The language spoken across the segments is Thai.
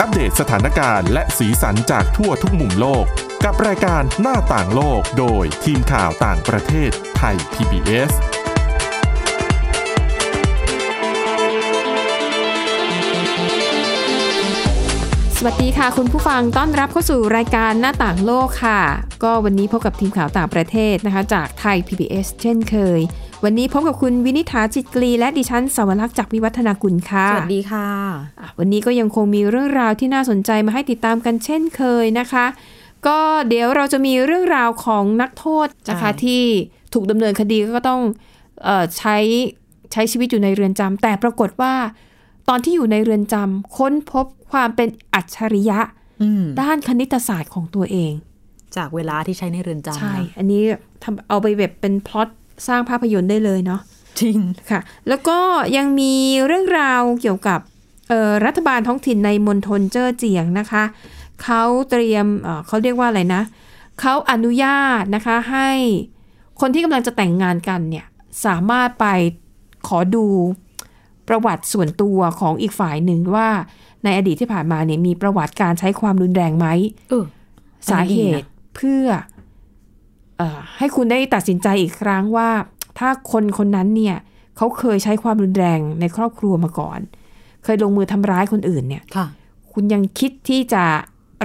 อัปเดตสถานการณ์และสีสันจากทั่วทุกมุมโลก กับรายการหน้าต่างโลกโดยทีมข่าวต่างประเทศไทย PBS สวัสดีค่ะคุณผู้ฟังต้อนรับเข้าสู่รายการหน้าต่างโลกค่ะ ก็วันนี้พบกับทีมข่าวต่างประเทศนะคะ จากไทย PBS เช่นเคย วันนี้พบกับคุณวินิษฐาจิตกรีและดิฉันสวรักษ์จากวิวัฒนากุลค่ะ สวัสดีค่ะ อ่ะ วันนี้ก็ยังคงมีเรื่องราวที่น่าสนใจมาให้ติดตามกันเช่นเคยนะคะ ก็เดี๋ยวเราจะมีเรื่องราวของนักโทษนะคะ ใช่ ที่ถูกดำเนินคดีก็ต้องเออใช้ใช้ชีวิตอยู่ในเรือนจำแต่ปรากฏว่า ตอนที่อยู่ในเรือนจำค้นพบความเป็นอัจฉริยะ อืม ด้านคณิตศาสตร์ของตัวเอง จากเวลาที่ใช้ในเรือนจำ ใช่ อันนี้ทำเอาไปแบบเป็นพล็อตสร้างภาพยนตร์ได้เลยเนาะ จริง ค่ะ แล้วก็ยังมีเรื่องราวเกี่ยวกับเอ่อรัฐบาลท้องถิ่นในมณฑลเจ้อเจียงนะคะ เขาเตรียมเอ่อเขาเรียกว่าอะไรนะ เขาอนุญาตนะคะให้คนที่กำลังจะแต่งงานกันเนี่ยสามารถไปขอดูประวัติส่วนตัวของอีกฝ่ายหนึ่งว่าในอดีตที่ผ่านมาเนี่ยมีประวัติการใช้ความรุนแรงไหม เออ สาเหตุเพื่อเออให้คุณได้ตัดสินใจอีกครั้งว่า ถ้าคนคนนั้นเนี่ยเขาเคยใช้ความรุนแรงในครอบครัวมาก่อน เคยลงมือทำร้ายคนอื่นเนี่ย ค่ะ คุณยังคิดที่จะ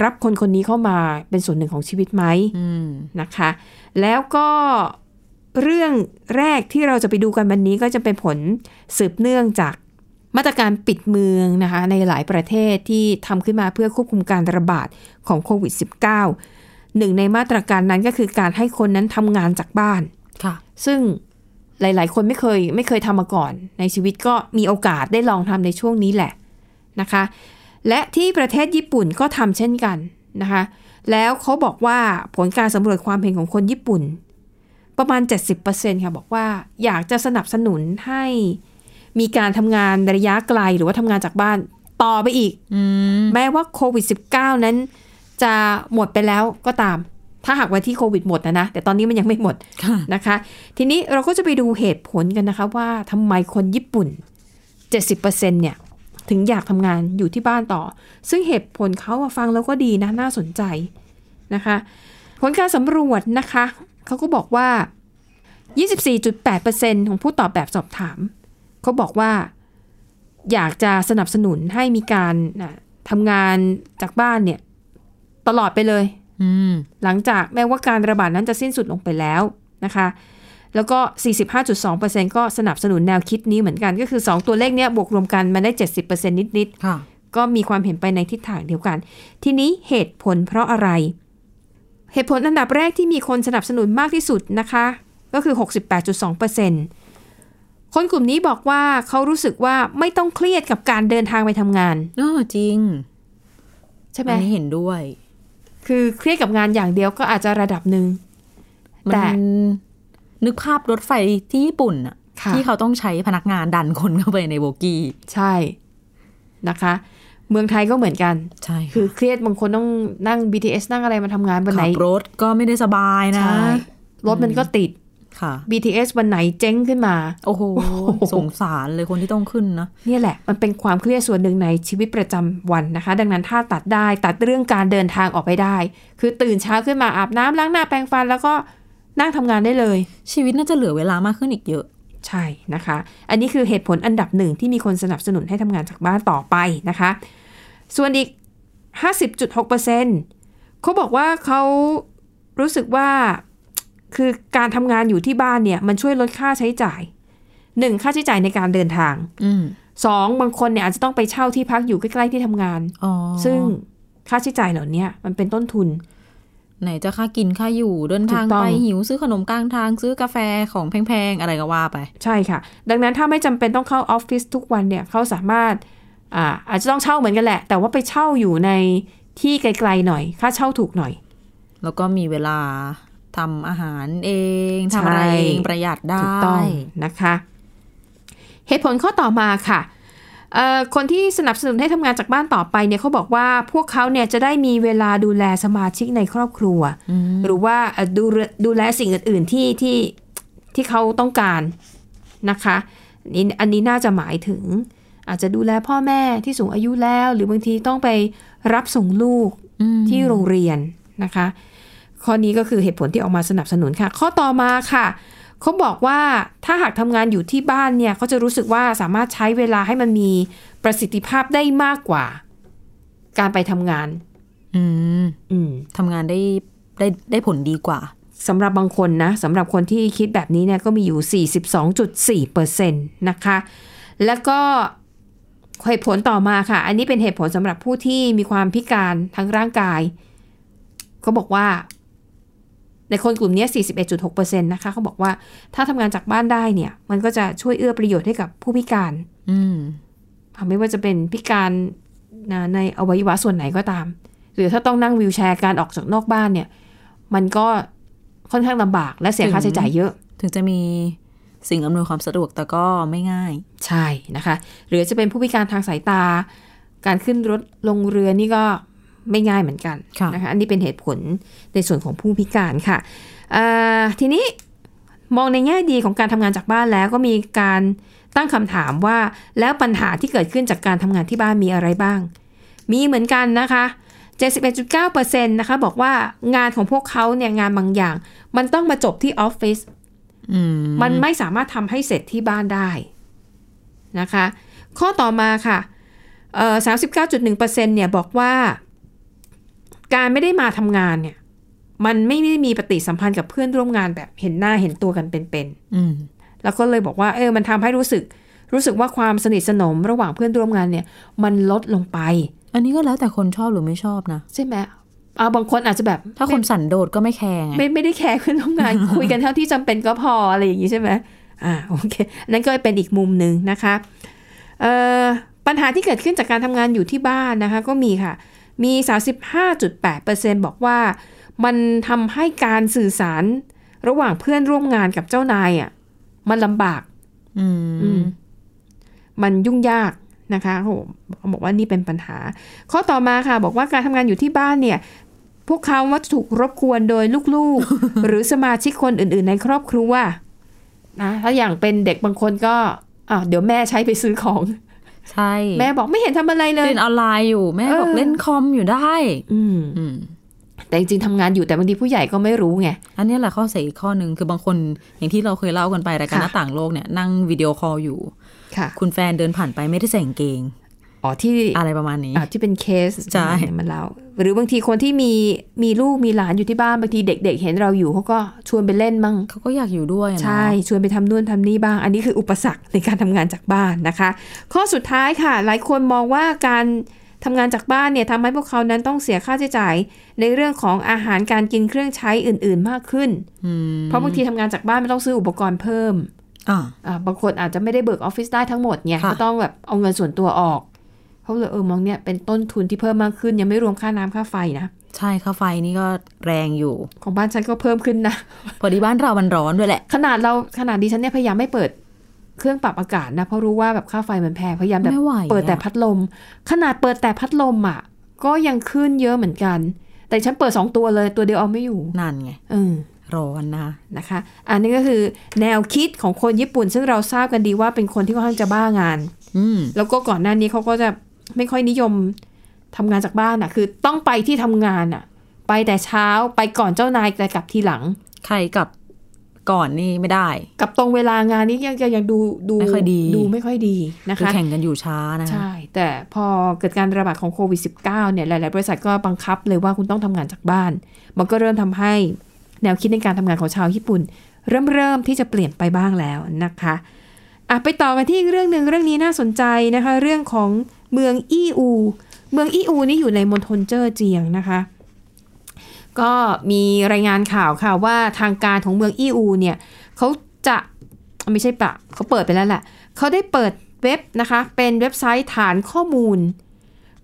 รับคนคนนี้เข้ามาเป็นส่วนหนึ่งของชีวิตไหม อืม นะคะ แล้วก็เรื่องแรกที่เราจะไปดูกันวันนี้ก็จะเป็นผลสืบเนื่องจากมาตรการปิดเมืองนะคะ ในหลายประเทศที่ทำขึ้นมาเพื่อควบคุมการระบาดของโควิด -19 หนึ่งในมาตรการนั้นก็คือการให้คนนั้นทำงานจากบ้าน ค่ะ ซึ่งหลาย ๆ คนไม่เคยไม่เคยทำมาก่อน ในชีวิตก็มีโอกาสได้ลองทำในช่วงนี้แหละนะคะ และที่ประเทศญี่ปุ่นก็ทำเช่นกันนะคะ แล้วเขาบอกว่าผลการสำรวจความเห็นของคนญี่ปุ่น ประมาณ 70%ค่ะบอกว่าอยากจะสนับสนุนให้มีการทำงานระยะไกลหรือว่าทำงานจากบ้านต่อไปอีก อืม แม้ว่าโควิด -19 นั้นจะหมดไปแล้วก็ตาม ถ้าหากวันที่โควิดหมดนะนะ แต่ตอนนี้มันยังไม่หมด ค่ะ นะคะ ทีนี้เราก็จะไปดูเหตุผลกันนะคะว่าทำไมคนญี่ปุ่น 70%เนี่ย ถึงอยากทำงานอยู่ที่บ้านต่อ ซึ่งเหตุผลเขาอะฟังแล้วก็ดีนะ น่าสนใจนะคะ ผลการสำรวจนะคะ เขาก็บอกว่า 24.8%ของผู้ตอบแบบสอบถาม เขาบอกว่าอยากจะสนับสนุนให้มีการอ่ะทำงานจากบ้านเนี่ย ตลอดไปเลย อืม หลังจากแม้ว่าการระบาดนั้นจะสิ้นสุดลงไปแล้วนะคะ แล้วก็ 45.2%ก็สนับสนุนแนวคิดนี้เหมือนกัน ก็คือ 2 ตัวเลขเนี้ยบวกรวมกันมันได้ 70%นิด ค่ะ ๆ ก็มีความเห็นไปในทิศทางเดียวกัน ทีนี้เหตุผลเพราะอะไร เหตุผลอันดับแรกที่มีคนสนับสนุนมากที่สุดนะคะ ก็คือ 68.2%คนกลุ่มนี้บอกว่าเขารู้สึกว่าไม่ต้องเครียดกับการเดินทางไปทำงาน เออจริง ใช่ไหม อันนี้เห็นด้วย คือเครียดกับงานอย่างเดียวก็อาจจะระดับหนึ่ง มั แต่ น นึกภาพรถไฟที่ญี่ปุ่นอะ ค่ะ ที่เขาต้องใช้พนักงานดันคนเข้าไปในโบกี้ ใช่นะคะ เมืองไทยก็เหมือนกัน ใช่ คือเครียดบางคนต้องนั่ง BTS นั่งอะไรมาทำงานวันไหน ขับรถก็ไม่ได้สบายนะ ใช่รถมันก็ติด ค่ะ BTS วันไหนเจ๊งขึ้นมา โอ้โห โอ้โห สงสารเลยคนที่ต้องขึ้นนะ เนี่ยแหละ มันเป็นความเครียดส่วนหนึ่งในชีวิตประจำวันนะคะ ดังนั้นถ้าตัดได้ตัดเรื่องการเดินทางออกไปได้ คือตื่นเช้าขึ้นมาอาบน้ำล้างหน้าแปรงฟัน แล้วก็นั่งทำงานได้เลย ชีวิตน่าจะเหลือเวลามากขึ้นอีกเยอะ ใช่นะคะ อันนี้คือเหตุผลอันดับหนึ่งที่มีคนสนับสนุนให้ทำงานจากบ้านต่อไปนะคะ ส่วนอีก 50.6%เขาบอกว่าเขารู้สึกว่า คือการทำงานอยู่ที่บ้านเนี่ย มันช่วยลดค่าใช้จ่าย 1. ค่าใช้จ่ายในการเดินทาง อืม 2. บางคนเนี่ยอาจจะต้องไปเช่าที่พักอยู่ใกล้ๆที่ทำงาน อ๋อ ซึ่งค่าใช้จ่ายเหล่านี้มันเป็นต้นทุน ไหนจะค่ากินค่าอยู่เดินทาง ถูกต้อ ไป ง หิวซื้อขนมกลางทางซื้อกาแฟของแพงๆ อะไรก็ว่าไป ใช่ค่ะ ดังนั้นถ้าไม่จำเป็นต้องเข้าออฟฟิศทุกวันเนี่ยเขาสามารถอาอาจจะต้องเช่าเหมือนกันแหละ แต่ว่าไปเช่าอยู่ในที่ไกลๆหน่อย ค่าเช่าถูกหน่อย แล้วก็มีเวลาทำอาหารเอง ใช่ ทำอะไรเองประหยัดได้ ถูกต้องนะคะ เหตุผลข้อต่อมาค่ะเอ่อคนที่สนับสนุนให้ทำงานจากบ้านต่อไปเนี่ยเขาบอกว่าพวกเขาเนี่ยจะได้มีเวลาดูแลสมาชิกในครอบครัว อืม หรือว่าเอ่อดูดูแลสิ่งอื่น ๆ ที่ที่ที่เขาต้องการนะคะอันนี้อันนี้น่าจะหมายถึง อาจจะดูแลพ่อแม่ที่สูงอายุแล้ว หรือบางทีต้องไปรับส่งลูก อืม ที่โรงเรียนนะคะ ข้อนี้ก็คือเหตุผลที่ออกมาสนับสนุนค่ะ ข้อต่อมาค่ะเขาบอกว่าถ้าหากทำงานอยู่ที่บ้านเนี่ยเขาจะรู้สึกว่าสามารถใช้เวลาให้มันมีประสิทธิภาพได้มากกว่า การไปทำงาน อืม อืม ทำงานได้ได้ได้ผลดีกว่า สำหรับบางคนนะสำหรับคนที่คิดแบบนี้เนี่ยก็มีอยู่ 42.4%นะคะ แล้วก็เหตุผลต่อมาค่ะ อันนี้เป็นเหตุผลสำหรับผู้ที่มีความพิการทางร่างกาย เขาบอกว่า ในคนกลุ่มเนี้ย41.6%นะคะเขาบอกว่าถ้าทำงานจากบ้านได้เนี่ย มันก็จะช่วยเอื้อประโยชน์ให้กับผู้พิการ อืม ค่ะไม่ว่าจะเป็นพิการนะในอวัยวะส่วนไหนก็ตาม หรือถ้าต้องนั่งวีลแชร์การออกจากนอกบ้านเนี่ย มันก็ค่อนข้างลำบากและเสียค่าใช้จ่ายเยอะ ถึงจะมีสิ่งอำนวยความสะดวกแต่ก็ไม่ง่าย ใช่นะคะ หรือจะเป็นผู้พิการทางสายตา การขึ้นรถลงเรือนี่ก็ไม่ง่ายเหมือนกัน ค่ะ นะคะอันนี้เป็นเหตุผลในส่วนของผู้พิการค่ะอ่าทีนี้มองในแง่ดีของการทำงานจากบ้านแล้วก็มีการตั้งคำถามว่าแล้วปัญหาที่เกิดขึ้นจากการทำงานที่บ้านมีอะไรบ้าง มีเหมือนกันนะคะ 71.9%นะคะบอกว่างานของพวกเขาเนี่ยงานบางอย่าง มันต้องมาจบที่ออฟฟิศ อืม มันไม่สามารถทำให้เสร็จที่บ้านได้นะคะ ข้อต่อมาค่ะเอ่อ39.1%เนี่ยบอกว่า การไม่ได้มาทำงานเนี่ย มันไม่ได้มีปฏิสัมพันธ์กับเพื่อนร่วมงานแบบเห็นหน้าเห็นตัวกันเป็น อืม ๆ แล้วก็เลยบอกว่าเออมันทำให้รู้สึก รู้สึกว่าความสนิทสนมระหว่างเพื่อนร่วมงานเนี่ย มันลดลงไป อันนี้ก็แล้วแต่คนชอบหรือไม่ชอบนะ ใช่ไหมอ่าบางคนอาจจะแบบ ถ้าคนสันโดษก็ไม่แคร์ไง ไม่ไม่ได้แคร์เพื่อนร่วมงาน คุยกันเท่าที่จำเป็นก็พออะไรอย่างนี้ใช่ไหมอ่าโอเค นั่นก็เป็นอีกมุมหนึ่งนะคะเอ่อปัญหาที่เกิดขึ้นจากการทำงานอยู่ที่บ้านนะคะ ก็มีค่ะ มี 35.8%บอกว่ามันทำให้การสื่อสารระหว่างเพื่อนร่วมงานกับเจ้านายอ่ะมันลำบาก อื อื ม มมันยุ่งยากนะคะโหบอกว่านี่เป็นปัญหา ข้อต่อมาค่ะ บอกว่าการทำงานอยู่ที่บ้านเนี่ย พวกเขาว่าถูกรบกวนโดยลูก ๆ หรือสมาชิกคนอื่น ๆ ในครอบครัวนะถ้าอย่างเป็นเด็กบางคนก็อ่าวเดี๋ยวแม่ใช้ไปซื้อของ ใช่ แม่บอกไม่เห็นทำอะไรเลย เล่นออนไลน์อยู่ แม่ เออ บอกเล่นคอมอยู่ได้ อืม อืม แต่จริงๆทำงานอยู่แต่บางทีผู้ใหญ่ก็ไม่รู้ไง อันเนี้ยแหละข้อเสียอีกข้อหนึ่งคือบางคนอย่างที่เราเคยเล่ากันไปรายการ ค่ะ หน้าต่างโลกเนี่ยนั่งวิดีโอคอลอยู่ ค่ะ คุณแฟนเดินผ่านไปไม่ได้ใส่กางเกง อ๋อที่ อะไรประมาณนี้ อ่าที่เป็นเคส ใช่ มันเล่าหรือบางทีคนที่มีมีลูกมีหลานอยู่ที่บ้านบางทีเด็ก ๆ เห็นเราอยู่เขาก็ชวนไปเล่นมั่ง เขาก็อยากอยู่ด้วยอะเนาะ ใช่ ชวนไปทำนู่นทำนี่บ้าง อันนี้คืออุปสรรคในการทำงานจากบ้านนะคะ ข้อสุดท้ายค่ะ หลายคนมองว่าการทำงานจากบ้านเนี่ยทำให้พวกเขานั้นต้องเสียค่าใช้จ่าย ในเรื่องของอาหารการกินเครื่องใช้อื่น ๆ มากขึ้น อืม เพราะบางทีทำงานจากบ้านมันต้องซื้ออุปกรณ์เพิ่ม อ่ะ อ่าบางคนอาจจะไม่ได้เบิกออฟฟิศได้ทั้งหมดไง ค่ะ ก็ต้องแบบเอาเงินส่วนตัวออกเขาเลยเออมองเนี่ยเป็นต้นทุนที่เพิ่มมากขึ้น ยังไม่รวมค่าน้ำค่าไฟนะ ใช่ค่าไฟนี่ก็แรงอยู่ ของบ้านฉันก็เพิ่มขึ้นนะ พอดีบ้านเรามันร้อนด้วยแหละ ขนาดเราขนาดดิฉันเนี่ยพยายามไม่เปิดเครื่องปรับอากาศนะ เพราะรู้ว่าแบบค่าไฟมันแพงพยายามแบบ ไม่ไหวอะ เปิดแต่พัดลม ขนาดเปิดแต่พัดลมอ่ะ ก็ยังขึ้นเยอะเหมือนกัน แต่ฉันเปิดสองตัวเลยตัวเดียวเอาไม่อยู่ นั่นไง เออ ร้อนนะ นะคะ อันนี้ก็คือแนวคิดของคนญี่ปุ่น ซึ่งเราทราบกันดีว่าเป็นคนที่ค่อนข้างจะบ้างาน อืม แล้วก็ก่อนหน้านี้เขาก็จะไม่ค่อยนิยมทำงานจากบ้านอ่ะ คือต้องไปที่ทำงานอ่ะ ไปแต่เช้าไปก่อนเจ้านายแต่กลับทีหลัง ใครกับก่อนนี่ไม่ได้ กับตรงเวลางานนี้ยังยังยังดูดู ไม่ค่อยดี ไม่ค่อยดีนะ คือ คะ แข่งกันอยู่ช้านะ ใช่ แต่พอเกิดการระบาดของโควิด -19 เนี่ยหลาย ๆ บริษัทก็บังคับเลยว่าคุณต้องทำงานจากบ้าน มันก็เริ่มทำให้แนวคิดในการทำงานของชาวญี่ปุ่น เริ่มเริ่มที่จะเปลี่ยนไปบ้างแล้วนะคะอ่ะไปต่อกันที่อีกเรื่องหนึ่งเรื่องนี้น่าสนใจนะคะ เรื่องของเมืองอีอู เมืองอีอูนี่อยู่ในมณฑลเจ้อเจียงนะคะ ก็มีรายงานข่าวค่ะว่าทางการของเมืองอีอูเนี่ยเขาจะไม่ใช่ปะเขาเปิดไปแล้วแหละเขาได้เปิดเว็บนะคะ เป็นเว็บไซต์ฐานข้อมูล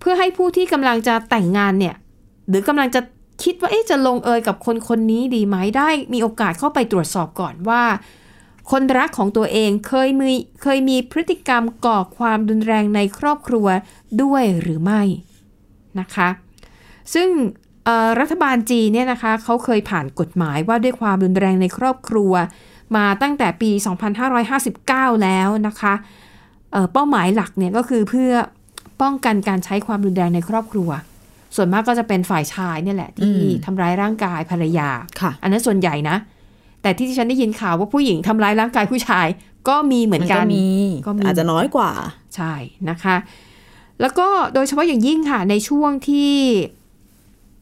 เพื่อให้ผู้ที่กำลังจะแต่งงานเนี่ย หรือกำลังจะคิดว่าเอ๊ะจะลงเอยกับคนคนนี้ดีไหมได้มีโอกาสเข้าไปตรวจสอบก่อนว่า คนรักของตัวเองเคยมีเคยมีพฤติกรรมก่อความรุนแรงในครอบครัวด้วยหรือไม่นะคะ ซึ่งเอ่อรัฐบาลจีนเนี่ยนะคะเขาเคยผ่านกฎหมายว่าด้วยความรุนแรงในครอบครัว มาตั้งแต่ปี 2559 แล้วนะคะ เอ่อเป้าหมายหลักเนี่ยก็คือเพื่อป้องกันการใช้ความรุนแรงในครอบครัว ส่วนมากก็จะเป็นฝ่ายชายเนี่ยแหละที่ อืม ทำร้ายร่างกายภรรยา ค่ะ อันนั้นส่วนใหญ่นะ แต่ที่ที่ฉันได้ยินข่าวว่าผู้หญิงทำร้ายร่างกายผู้ชายก็มีเหมือนกัน มี ก็มี อาจจะน้อยกว่า ใช่นะคะ แล้วก็โดยเฉพาะอย่างยิ่งค่ะในช่วงที่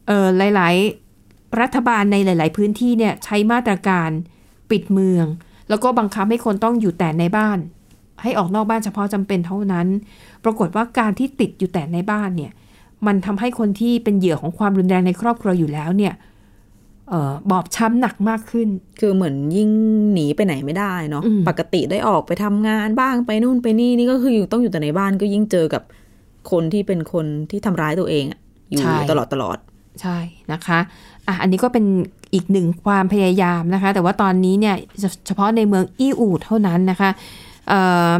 เอ่อหลาย ๆ รัฐบาลในหลาย ๆ พื้นที่เนี่ยใช้มาตรการปิดเมือง แล้วก็บังคับให้คนต้องอยู่แต่ในบ้าน ให้ออกนอกบ้านเฉพาะจำเป็นเท่านั้น ปรากฏว่าการที่ติดอยู่แต่ในบ้านเนี่ย มันทำให้คนที่เป็นเหยื่อของความรุนแรงในครอบครัวอยู่แล้วเนี่ยเอ่อบอบช้ำหนักมากขึ้น คือเหมือนยิ่งหนีไปไหนไม่ได้เนาะ อืม ปกติได้ออกไปทำงานบ้างไปนู่นไปนี่นี่ก็คืออยู่ต้องอยู่แต่ในบ้านก็ยิ่งเจอกับคนที่เป็นคนที่ทำร้ายตัวเองอะอยู่ ใช่ ตลอดตลอด ใช่นะคะอ่ะอันนี้ก็เป็นอีกหนึ่งความพยายามนะคะ แต่ว่าตอนนี้เนี่ยเฉเฉพาะในเมืองอี้อูดเท่านั้นนะคะเอ่อ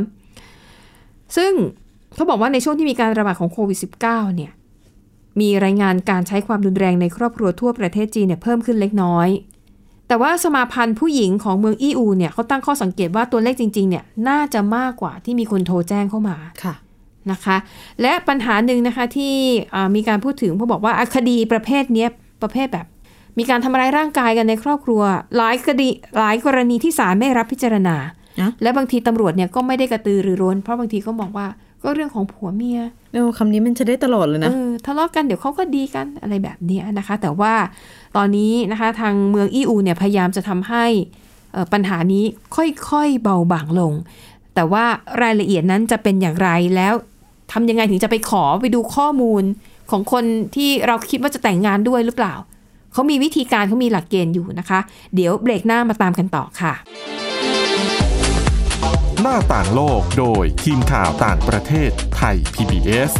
ซึ่งเขาบอกว่าในช่วงที่มีการระบาดของโควิด -19 เนี่ย มีรายงานการใช้ความรุนแรงในครอบครัวทั่วประเทศจีนเนี่ยเพิ่มขึ้นเล็กน้อย แต่ว่าสมาพันธ์ผู้หญิงของเมืองอี้อูเนี่ยเขาตั้งข้อสังเกตว่าตัวเลขจริงๆเนี่ยน่าจะมากกว่าที่มีคนโทรแจ้งเข้ามา ค่ะ นะคะและปัญหาหนึ่งนะคะที่อ่ามีการพูดถึงเขาบอกว่าอ่ะคดีประเภทเนี้ยประเภทแบบ มีการทำร้ายร่างกายกันในครอบครัว หลายคดีหลายกรณีที่ศาลไม่รับพิจารณา อะ และบางทีตำรวจเนี่ยก็ไม่ได้กระตือรือร้น เพราะบางทีก็มองว่าก็เรื่องของผัวเมีย เออคำนี้มันจะได้ตลอดเลยนะ เออทะเลาะกันเดี๋ยวเขาก็ดีกันอะไรแบบเนี้ยนะคะ แต่ว่าตอนนี้นะคะทางเมืองอีอูเนี่ยพยายามจะทำให้เอ่อปัญหานี้ค่อยๆเบาบางลง แต่ว่ารายละเอียดนั้นจะเป็นอย่างไรแล้วทำยังไงถึงจะไปขอไปดูข้อมูลของคนที่เราคิดว่าจะแต่งงานด้วยหรือเปล่า เขามีวิธีการเขามีหลักเกณฑ์อยู่นะคะ เดี๋ยวเบรกหน้ามาตามกันต่อค่ะ หน้าต่างโลกโดยทีมข่าวต่างประเทศไทย PBS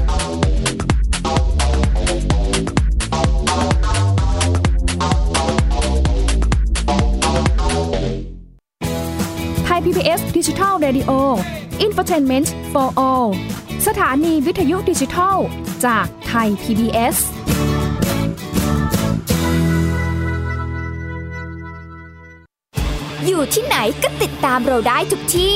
ไทย PBS Digital Radio Infotainment for All สถานีวิทยุดิจิทัล จากไทย PBS อยู่ที่ไหนก็ติดตามเราได้ทุกที่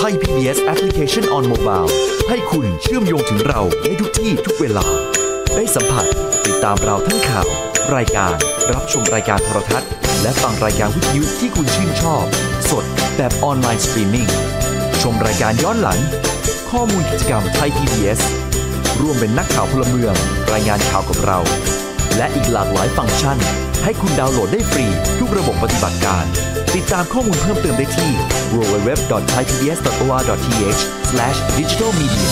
ไทย PBS Application on Mobile ให้คุณเชื่อมโยงถึงเราได้ทุกที่ทุกเวลา ได้สัมผัสติดตามเราทั้งข่าว รายการ รับชมรายการโทรทัศน์ และฟังรายการวิทยุที่คุณชื่นชอบ สดแบบออนไลน์สตรีมมิ่งชมรายการย้อนหลัง ข้อมูลกิจกรรมไทย PBS ร่วมเป็นนักข่าวพลเมือง รายงานข่าวกับเรา และอีกหลากหลายฟังก์ชัน ให้คุณดาวน์โหลดได้ฟรี ทุกระบบปฏิบัติการ ติดตามข้อมูลเพิ่มเติมได้ที่ www.thaipbs.or.th/digitalmedia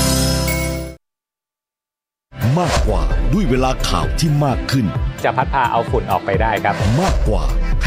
มากกว่าด้วยเวลาข่าวที่มากขึ้น จะพัดพาเอาฝุ่นออกไปได้ครับ มากกว่าใ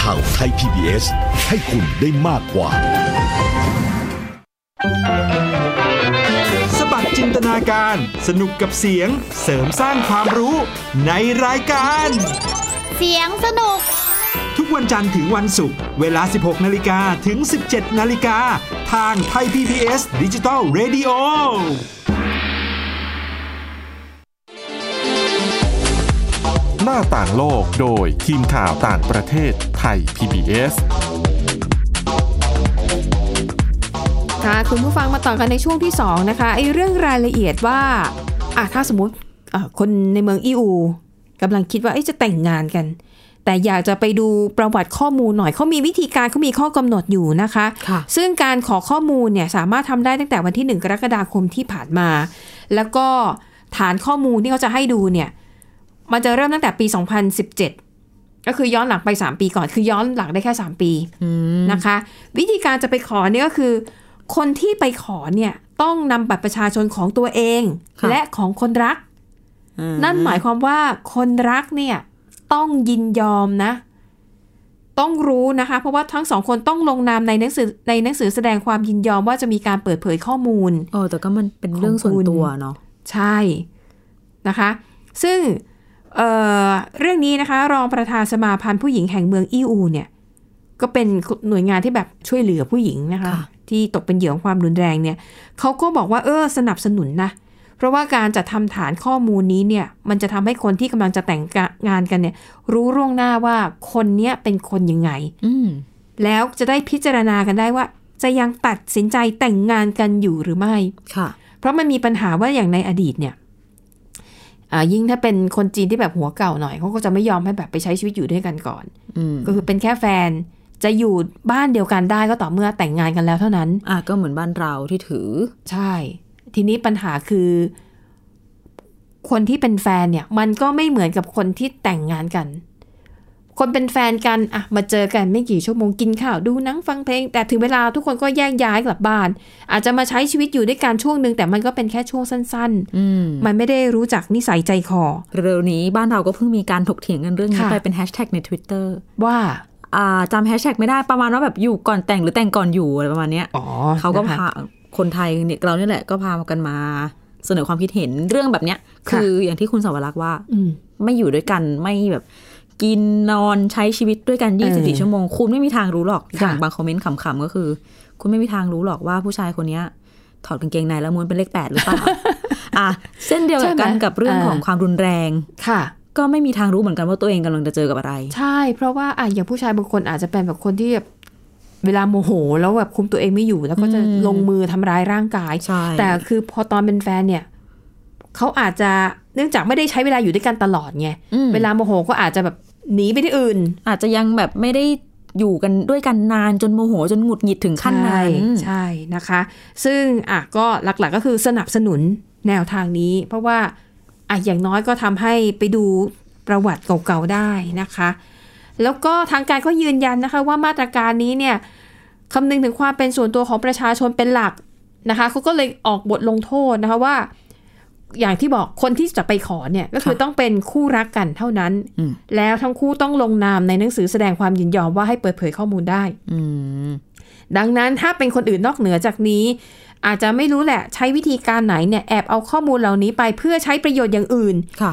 ข่าวไทย PBS ให้คุณได้มากกว่า สบัดจินตนาการ สนุกกับเสียง เสริมสร้างความรู้ในรายการ เสียงสนุก ทุกวันจันทร์ถึงวันศุกร์เวลา 16 นาฬิกาถึง 17 นาฬิกา ทางไทย PPS ดิจิ t a l Radio หน้าต่างโลกโดยทีมข่าวต่างประเทศไทย PBS ค่ะคุณผู้ฟังมาต่อกันในช่วงที่สองนะคะไอ้เรื่องรายละเอียดว่าอ่ะถ้าสมมติอ่ะคนในเมืองอีอูกำลังคิดว่าเอ๊ะจะแต่งงานกัน แต่อยากจะไปดูประวัติข้อมูลหน่อยเขามีวิธีการเขามีข้อกำหนดอยู่นะคะ ค่ะ ซึ่งการขอข้อมูลเนี่ยสามารถทำได้ตั้งแต่วันที่ 1 กรกฎาคมที่ผ่านมา แล้วก็ฐานข้อมูลที่เขาจะให้ดูเนี่ย มันจะเริ่มตั้งแต่ปี 2017 ก็คือย้อนหลังไป 3 ปีก่อน คือย้อนหลังได้แค่ 3 ปีนะคะ วิธีการจะไปขอเนี่ยก็คือ คนที่ไปขอเนี่ยต้องนำบัตรประชาชนของตัวเอง ค่ะ และของคนรัก นั่นหมายความว่าคนรักเนี่ยต้องยินยอมนะ ต้องรู้นะคะ เพราะว่าทั้งสองคนต้องลงนามในหนังสือในหนังสือแสดงความยินยอมว่าจะมีการเปิดเผยข้อมูล เออแต่ก็มันเป็นเรื่องส่วนตัวเนาะ ใช่นะคะ ซึ่งเอ่อเรื่องนี้นะคะ รองประธานสมาพันธ์ผู้หญิงแห่งเมืองอีอูเนี่ย ก็เป็นหน่วยงานที่แบบช่วยเหลือผู้หญิงนะคะ ค่ะ ที่ตกเป็นเหยื่อของความรุนแรงเนี่ยเขาก็บอกว่าเออสนับสนุนนะ เพราะว่าการจัดทำฐานข้อมูลนี้เนี่ย มันจะทำให้คนที่กำลังจะแต่งงานกันเนี่ย รู้ล่วงหน้าว่าคนเนี้ยเป็นคนยังไง อืม แล้วจะได้พิจารณากันได้ว่า จะยังตัดสินใจแต่งงานกันอยู่หรือไม่ ค่ะ เพราะมันมีปัญหาว่าอย่างในอดีตเนี่ยอ่ายิ่งถ้าเป็นคนจีนที่แบบหัวเก่าหน่อยเขาก็จะไม่ยอมให้แบบไปใช้ชีวิตอยู่ด้วยกันก่อน อืม ก็คือเป็นแค่แฟนจะอยู่บ้านเดียวกันได้ก็ต่อเมื่อแต่งงานกันแล้วเท่านั้น อ่ะก็เหมือนบ้านเราที่ถือ ใช่ ทีนี้ปัญหาคือ คนที่เป็นแฟนเนี่ย มันก็ไม่เหมือนกับคนที่แต่งงานกัน คนเป็นแฟนกันอะมาเจอกันไม่กี่ชั่วโมงกินข้าวดูหนังฟังเพลง แต่ถึงเวลาทุกคนก็แยกย้ายกลับบ้าน อาจจะมาใช้ชีวิตอยู่ด้วยกันช่วงหนึ่งแต่มันก็เป็นแค่ช่วงสั้น ๆ อืม มันไม่ได้รู้จักนิสัยใจคอ เร็วนี้บ้านเราก็เพิ่งมีการถกเถียงกันเรื่องนี้ ค่ะ ไปเป็นแฮชแท็กใน Twitter ว่า อ่าจำแฮชแท็กไม่ได้ประมาณว่าแบบอยู่ก่อนแต่งหรือแต่งก่อนอยู่อะไรประมาณเนี้ย อ๋อ เขาก็ นะคะ พาคนไทยเนี่ยเราเนี่ยแหละก็พากันมาเสนอความคิดเห็นเรื่องแบบเนี้ย ค่ะ คืออย่างที่คุณสวรักษ์ว่า อืม ไม่อยู่ด้วยกันไม่แบบกินนอนใช้ชีวิตด้วยกัน เออ 24 ชั่วโมง คุณไม่มีทางรู้หรอกอ ค่ะ ย่างบางคอมเมนต์ขำๆก็คือ คุณไม่มีทางรู้หรอกว่าผู้ชายคนเนี้ยถอดกางเกงในแล้วม้วนเป็นเลขแปดหรือ เปล่า อ่ะเส้นเดียวกับกันกับเรื่องของความรุนแรง ค่ะ ก็ไม่มีทางรู้เหมือนกันว่าตัวเองกำลังจะเจอกับอะไร ใช่ เพราะว่าอ่ะอย่างผู้ชายบางคนอาจจะเป็นแบบคนที่แบบเวลาโมโห แล้วแบบคุมตัวเองไม่อยู่ แล้วก็จะ อืม ลงมือทำร้ายร่างกาย ใช่ แต่คือพอตอนเป็นแฟนเนี่ยเขาอาจจะเนื่องจากไม่ได้ใช้เวลาอยู่ด้วยกันตลอดไง อืม เวลาโมโหก็อาจจะแบบหนีไปที่อื่น อาจจะยังแบบไม่ได้อยู่กันด้วยกันนานจนโมโหจนหงุดหงิดถึงขั้นนั้ ใช่ น ใช่นะคะ ซึ่งอ่ะก็หลักๆก็คือสนับสนุนแนวทางนี้ เพราะว่าอ่ะอย่างน้อยก็ทำให้ไปดูประวัติเก่าๆได้นะคะ แล้วก็ทางการก็ยืนยันนะคะว่ามาตรการนี้เนี่ยคำนึงถึงความเป็นส่วนตัวของประชาชนเป็นหลักนะคะเขาก็เลยออกบทลงโทษนะคะว่า อย่างที่บอกคนที่จะไปขอเนี่ยก็คือ ค่ะ ต้องเป็นคู่รักกันเท่านั้น อืม แล้วทั้งคู่ต้องลงนามในหนังสือแสดงความยินยอมว่าให้เปิดเผยข้อมูลได้ อืม ดังนั้นถ้าเป็นคนอื่นนอกเหนือจากนี้ อาจจะไม่รู้แหละใช้วิธีการไหนเนี่ยแอบเอาข้อมูลเหล่านี้ไปเพื่อใช้ประโยชน์อย่างอื่น ค่ะ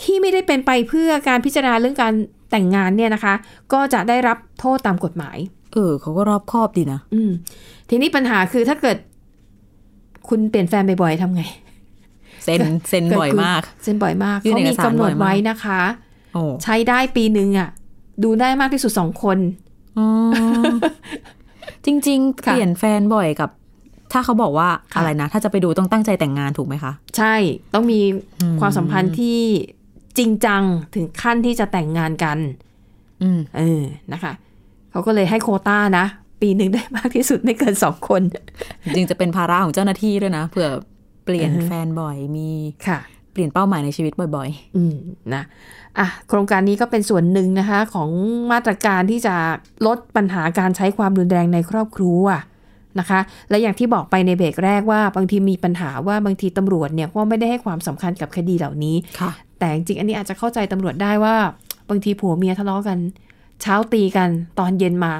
ที่ไม่ได้เป็นไปเพื่อการพิจารณาเรื่องการแต่งงานเนี่ยนะคะ ก็จะได้รับโทษตามกฎหมาย เออเขาก็รอบคอบดีนะ อืม ทีนี้ปัญหาคือถ้าเกิด คุณเปลี่ยนแฟนบ่อยๆทำไง เซ็นเซ็นบ่อยมาก เซ็นบ่อยมาก ยื่น เขา เอก มี สาร กำหนดบ่อยมาก ไว้นะคะ โอ้ ใช้ได้ปีหนึ่งอะดูได้มากที่สุดสองคน อ๋อจริง ๆ ค่ะ เปลี่ยนแฟนบ่อยกับ ถ้าเขาบอกว่าอะไรนะ ถ้าจะไปดูต้องตั้งใจแต่งงานถูกไหมคะ ใช่ต้องมี อืม ความสัมพันธ์ที่จริงจังถึงขั้นที่จะแต่งงานกัน อืม เออนะคะ เขาก็เลยให้โควต้านะ ปีหนึ่งได้มากที่สุดไม่เกินส องคน จริงๆจะเป็นภาระของเจ้าหน้าที่ด้วยนะเผื่อเปลี่ยน อือฮึ แฟนบ่อย มี ค่ะ เปลี่ยนเป้าหมายในชีวิตบ่อย อืมนะอ่ะโครงการนี้ก็เป็นส่วนหนึ่งนะคะ ของมาตรการที่จะลดปัญหาการใช้ความรุนแรงในครอบครัวนะคะ และอย่างที่บอกไปในเบรกแรกว่าบางทีมีปัญหาว่าบางทีตำรวจเนี่ยก็ไม่ได้ให้ความสำคัญกับคดีเหล่านี้ ๆ ค่ะ แต่จริงๆอันนี้อาจจะเข้าใจตำรวจได้ว่าบางทีผัวเมียทะเลาะกัน เช้าตีกันตอนเย็นมา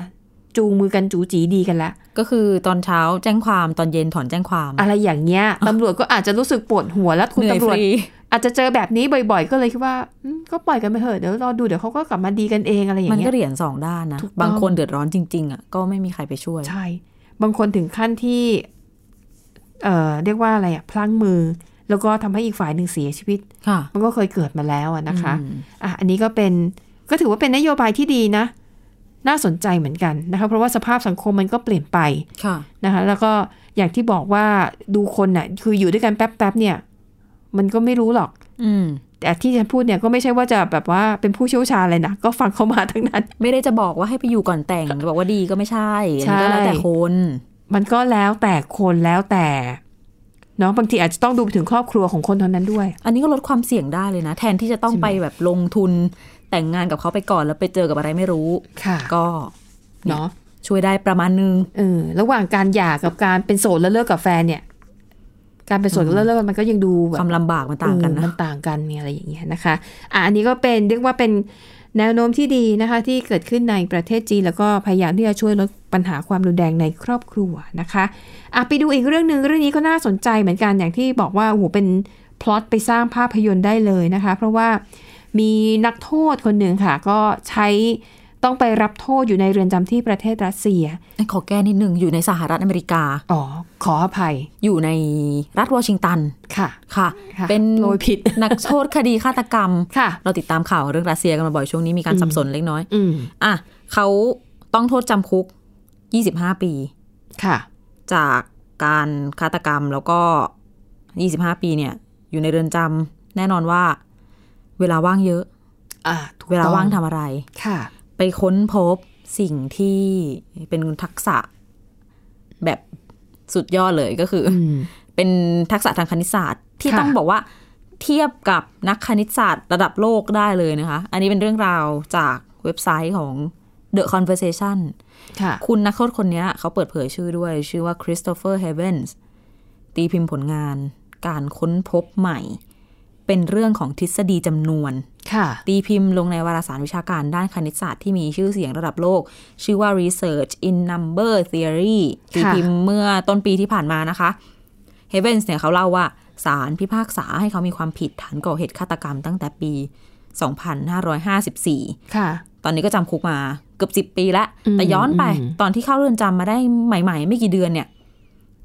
จูงมือกันจูจีดีกันละ ก็คือตอนเช้าแจ้งความตอนเย็นถอนแจ้งความ อะไรอย่างเงี้ยตำรวจก็อาจจะรู้สึกปวดหัวแล้วคุณ เหนื่อย ตำร ฟ วจ รี อาจจะเจอแบบนี้บ่อยๆ ก็เลยคิดว่าอืมก็ปล่อยกันไปเถอะเดี๋ยวรอดูเดี๋ยวเขาก็กลับมาดีกันเองอะไรอย่า มัน งเงี้ ก็ ย เหรียญสองด้านนะ ถูกต้อง บางคนเดือดร้อนจริง ๆอ่ะก็ไม่มีใครไปช่วย ใช่ บางคนถึงขั้นที่ เอ่อเรียกว่าอะไรอะพลั้งมือ แล้วก็ทำให้อีกฝ่ายหนึ่งเสียชีวิต ค่ะ มันก็เคยเกิดมาแล้วอะนะคะ อืม อ่ะอันนี้ก็เป็นก็ถือว่าเป็นนโยบายที่ดีนะ น่าสนใจเหมือนกันนะคะเพราะว่าสภาพสังคมมันก็เปลี่ยนไป ค่ะ นะคะแล้วก็อย่างที่บอกว่าดูคนน่ะคืออยู่ด้วยกันแป๊บๆเนี่ย มันก็ไม่รู้หรอก อืม แต่ที่ฉันพูดเนี่ยก็ไม่ใช่ว่าจะแบบว่าเป็นผู้เชี่ยวชาญเลยนะก็ฟังเขามาทั้งนั้น ไม่ได้จะบอกว่าให้ไปอยู่ก่อนแต่ง หรือบอกว่าดีก็ไม่ใช่อันนี้ก็แล้วแต่ ใช่ คน มันก็แล้วแต่คนแล้วแต่ เนาะบางทีอาจจะต้องดูไปถึงครอบครัวของคนเท่านั้นด้วย อันนี้ก็ลดความเสี่ยงได้เลยนะ แทนที่จะต้องไปแบบลงทุนแต่งงานกับเขาไปก่อนแล้วไปเจอกับอะไรไม่รู้ ก็ เนาะ ช่วยได้ประมาณนึง เออระหว่างการหย่ากับการเป็นโสดแล้วเลิกกับแฟนเนี่ย การเป็นโสดแล้วเลิกกันมันก็ยังดูแบบ ความลำบากมันต่างกันนะ มันต่างกันเนี่ยอะไรอย่างเงี้ยนะคะอ่ะอันนี้ก็เป็นเรียกว่าเป็นแนวโน้มที่ดีนะคะ ที่เกิดขึ้นในประเทศจีนแล้วก็พยายามที่จะช่วยลดปัญหาความรุนแรงในครอบครัวนะคะอ่ะไปดูอีกเรื่องหนึ่งเรื่องนี้ก็น่าสนใจเหมือนกันอย่างที่บอกว่าโอ้โหเป็นพล็อตไปสร้างภาพยนตร์ได้เลยนะคะ เพราะว่ามีนักโทษคนหนึ่งค่ะ ก็ใช้ต้องไปรับโทษอยู่ในเรือนจำที่ประเทศรัสเซีย ขอแก้นิดนึงอยู่ในสหรัฐอเมริกา อ๋อ ขออภัย อยู่ในรัฐวอชิงตัน ค่ะ ค่ะ ค่ะ เป็น โรยผิด นักโทษคดีฆาตกรรม ค่ะ เราติดตามข่าวเรื่องรัสเซียกันมาบ่อยช่วงนี้มีการสับสนเล็กน้อย อืม อ่ะเขาต้องโทษจำคุก 25 ปี ค่ะ จากการฆาตกรรมแล้วก็ 25 ปีเนี่ย อยู่ในเรือนจำแน่นอนว่า เวลาว่างเยอะ อ่าถูก เวลา ต้อง ว่างทำอะไร ค่ะ ไปค้นพบสิ่งที่เป็นทักษะแบบสุดยอดเลยก็คือ อืม เป็นทักษะทางคณิตศาสตร์ ที่ ค่ะ ต้องบอกว่าเทียบกับนักคณิตศาสตร์ระดับโลกได้เลยนะคะ อันนี้เป็นเรื่องราวจากเว็บไซต์ของ The Conversation ค่ะ คุณนักโทษคนเนี้ยเขาเปิดเผยชื่อด้วย ชื่อว่าคริสโตเฟอร์เฮเวนส์ตีพิมพ์ผลงานการค้นพบใหม่ เป็นเรื่องของทฤษฎีจำนวน ค่ะ ตีพิมพ์ลงในวารสารวิชาการด้านคณิตศาสตร์ที่มีชื่อเสียงระดับโลก ชื่อว่า Research in Number Theory ตีพิมพ์เมื่อต้นปีที่ผ่านมานะคะ h e v e n s เนี่ยเขาเล่าว่าศาลพิพากษาให้เขามีความผิดฐานก่อเหตุฆาตกรรมตั้งแต่ปี 2554 ค่ะ ตอนนี้ก็จำคุกมาเกือบสิบ10 ปีแล้ว อืม แต่ย้อนไป อืม ตอนที่เข้าเรือนจำมาได้ใหม่ ๆ ไม่กี่เดือนเนี่ย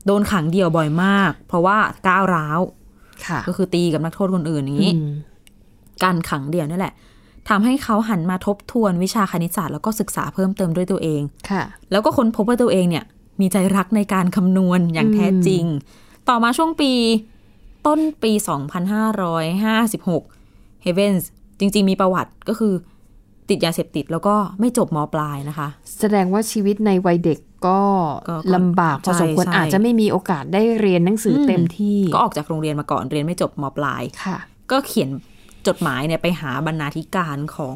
โดนขังเดี่ยวบ่อยมาก เพราะว่าก้าวร้าว ค่ะ ก็คือตีกับนักโทษคนอื่นอย่างนี้ อืม การขังเดี่ยวนี่แหละทำให้เขาหันมาทบทวนวิชาคณิตศาสตร์แล้วก็ศึกษาเพิ่มเติมด้วยตัวเอง ค่ะ แล้วก็ค้นพบว่าตัวเองเนี่ย มีใจรักในการคำนวณอย่างแท้จริง ต่อมาช่วงปีต้นปี 2556 Heavens จริง ๆ มีประวัติก็คือ ติดยาเสพติดแล้วก็ไม่จบมปลายนะคะ แสดงว่าชีวิตในวัยเด็กก็ ก็ก็ ลำบากพอสมควร ใช่ใช่ อาจจะไม่มีโอกาสได้เรียนหนังสือเต็มที่ ก็ออกจากโรงเรียนมาก่อนเรียนไม่จบมปลาย ค่ะ ก็เขียนจดหมายเนี่ยไปหาบรรณาธิการของ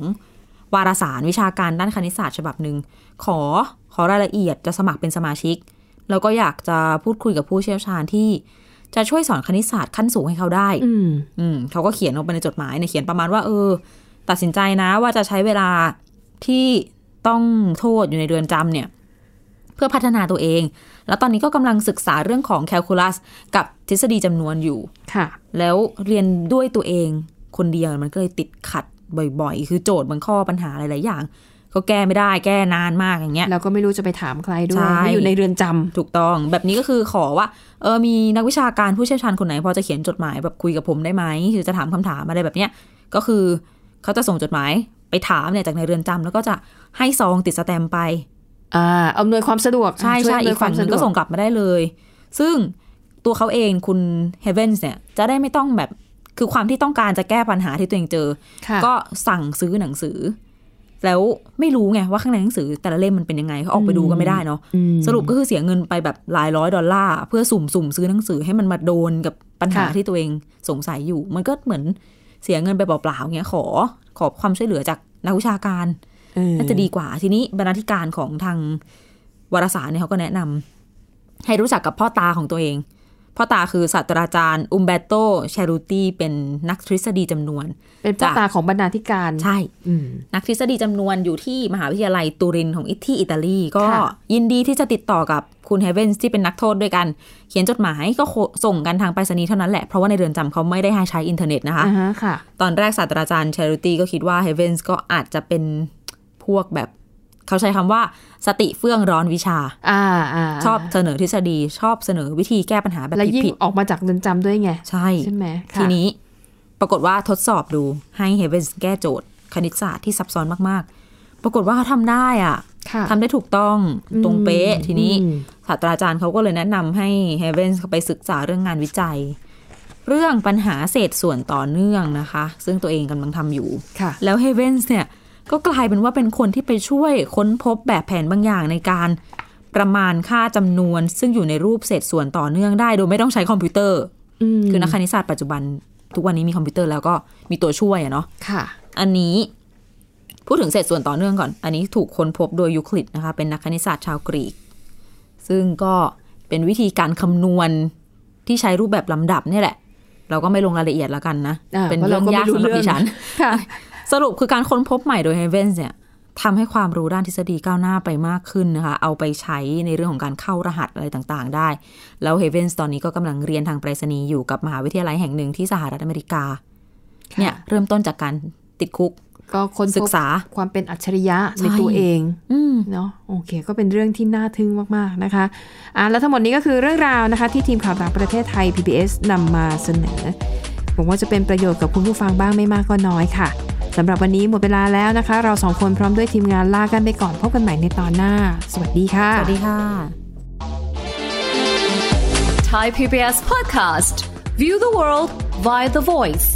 วารสารวิชาการด้านคณิตศาสตร์ฉบับหนึ่งขอขอรายละเอียดจะสมัครเป็นสมาชิก แล้วก็อยากจะพูดคุยกับผู้เชี่ยวชาญที่ จะช่วยสอนคณิตศาสตร์ขั้นสูงให้เขาได้ อืม อืมเขาก็เขียนลงไปในจดหมายเนี่ยเขียนประมาณว่า เออ ตัดสินใจนะว่าจะใช้เวลาที่ต้องโทษอยู่ในเรือนจำเนี่ย เพื่อพัฒนาตัวเอง แล้วตอนนี้ก็กำลังศึกษาเรื่องของแคลคูลัสกับทฤษฎีจำนวนอยู่ ค่ะ แล้วเรียนด้วยตัวเองคนเดียวมันก็เลยติดขัดบ่อยๆ คือโจทย์บางข้อปัญหาหลายๆอย่าง ก็แก้ไม่ได้แก้นานมากอย่างเงี้ย แล้วก็ไม่รู้จะไปถามใครด้วยใช่ไม่อยู่ในเรือนจำ ถูกต้องแบบนี้ก็คือขอว่าเออมีนักวิชาการผู้เชี่ยวชาญคนไหน พอจะเขียนจดหมายแบบคุยกับผมได้ไหมหรือจะถามคำถามอะไรแบบเนี้ยก็คือเขาจะส่งจดหมายไปถามเนี่ยจากในเรือนจำแล้วก็จะให้ซองติดสแตมป์ไป อ่าอำนวยความสะดวก ใช่ วย ใช่ อำน อี วย ก ควา ฝั่ ม งห สะ นึ่ง ดว ก็ ก ส่งกลับมาได้เลย ซึ่งตัวเขาเองคุณเฮเวนส์เนี่ยจะได้ไม่ต้องแบบคือความที่ต้องการจะแก้ปัญหาที่ตัวเองเจอ ค่ะ ก็สั่งซื้อหนังสือ แล้วไม่รู้ไงว่าข้างในหนังสือแต่ละเล่มมันเป็นยังไงเขาออกไปดูก็ไม่ได้เนาะ อืม สรุปก็คือเสียเงินไปแบบหลายร้อยดอลลาร์เพื่อสุ่มสุ่มซื้อหนังสือให้มันมาโดนกับปัญหา ค่ะ ที่ตัวเองสงสัยอยู่ มันก็เหมือนเสียเงินไปเปล่าๆเงี้ยขอขอความช่วยเหลือจากนักวิชาการ เออ น่าจะดีกว่าทีนี้บรรณาธิการของทางวารสารเนี่ยเขาก็แนะนำให้รู้จักกับพ่อตาของตัวเอง พ่อตาคือศาสตราจารย์อุมเบโตเชรูตีเป็นนักทฤษฎีจำนวน เป็นพ่อ จ้ะ ตาของบรรณาธิการ ใช่ อืม นักทฤษฎีจำนวนอยู่ที่มหาวิทยาลัยตูรินของอิตาลีอิตาลี ก็ ค่ะ ยินดีที่จะติดต่อกับคุณเฮเวนที่เป็นนักโทษด้วยกัน เขียนจดหมายก็โคส่งกันทางไปรษณีย์เท่านั้นแหละเพราะว่าในเรือนจำเขาไม่ได้ให้ใช้อินเทอร์เน็ตนะคะ อ่าฮะค่ะ ตอนแรกศาสตราจารย์ชาริตี้ก็คิดว่าเฮเวนส์ก็อาจจะเป็นพวกแบบ เขาใช้คำว่าสติเฟื่องร้อนวิชา อ่าอ่า ชอบเสนอทฤษฎี ชอบเสนอวิธีแก้ปัญหาแบบ แล้วยิ่ง ผิด ออกมาจากเรือนจำด้วยไง ๆใช่ ใช่ไหมค่ะ ทีนี้ปรากฏว่าทดสอบดูให้เฮเวนส์แก้โจทย์ คณิตศาสตร์ที่ซับซ้อนมากๆ ปรากฏว่าเขาทำได้อ่ะ ค่ะ ทำได้ถูกต้องตรงเป๊ะ ทีนี้ อืม ศาสตราจารย์เขาก็เลยแนะนำให้เฮเวนส์ไปศึกษาเรื่องงานวิจัย เรื่องปัญหาเศษส่วนต่อเนื่องนะคะ ซึ่งตัวเองกำลังทำอยู่ ค่ะ แล้วเฮเวนส์เนี่ยก็กลายเป็นว่าเป็นคนที่ไปช่วยค้นพบแบบแผนบางอย่างในการ ประมาณค่าจำนวน ซึ่งอยู่ในรูปเศษส่วนต่อเนื่องได้ โดยไม่ต้องใช้คอมพิวเตอร์ คือนักคณิตศาสตร์ปัจจุบัน ทุกวันนี้มีคอมพิวเตอร์แล้วก็มีตัวช่วยอะเนาะ ค่ะ อันนี้พูดถึงเศษส่วนต่อเนื่องก่อน อันนี้ถูกค้นพบโดยยูคลิดนะคะ เป็นนักคณิตศาสตร์ชาวกรีก ซึ่งก็เป็นวิธีการคำนวณที่ใช้รูปแบบลำดับเนี่ยแหละ เราก็ไม่ลงรายละเอียดแล้วกันนะ อ่า เป็น เพราะ เรื่ เรา อง ก็ไม่ ยาก รู้ สำหรับ เรื่อง ดิฉัน ค่ะ สรุปคือการค้นพบใหม่โดยเฮเวนส์เนี่ยทำให้ความรู้ด้านทฤษฎีก้าวหน้าไปมากขึ้นนะคะ เอาไปใช้ในเรื่องของการเข้ารหัสอะไรต่างๆ ได้ แล้วเฮเวนส์ตอนนี้ก็กำลังเรียนทางไปรษณีย์อยู่กับมหาวิทยาลัยแห่งหนึ่งที่สหรัฐอเมริกา เนี่ยเริ่มต้นจากการติดคุก ก็คนพบ ศึกษา ความเป็นอัจฉริยะใน ใช่ ตัวเอง อืม เนาะโอเค ก็เป็นเรื่องที่น่าทึ่งมาก ๆ นะคะอ่ะแล้วทั้งหมดนี้ก็คือเรื่องราวนะคะ ที่ทีมข่าวต่างประเทศไทย PBS นำมาเสนอหวังว่าจะเป็นประโยชน์กับคุณผู้ฟังบ้างไม่มากก็น้อยค่ะสำหรับวันนี้หมดเวลาแล้วนะคะ เราสองคนพร้อมด้วยทีมงานลากันไปก่อนพบกันใหม่ในตอนหน้า สวัสดีค่ะ สวัสดีค่ะ Thai PBS podcast. View the world via the voice.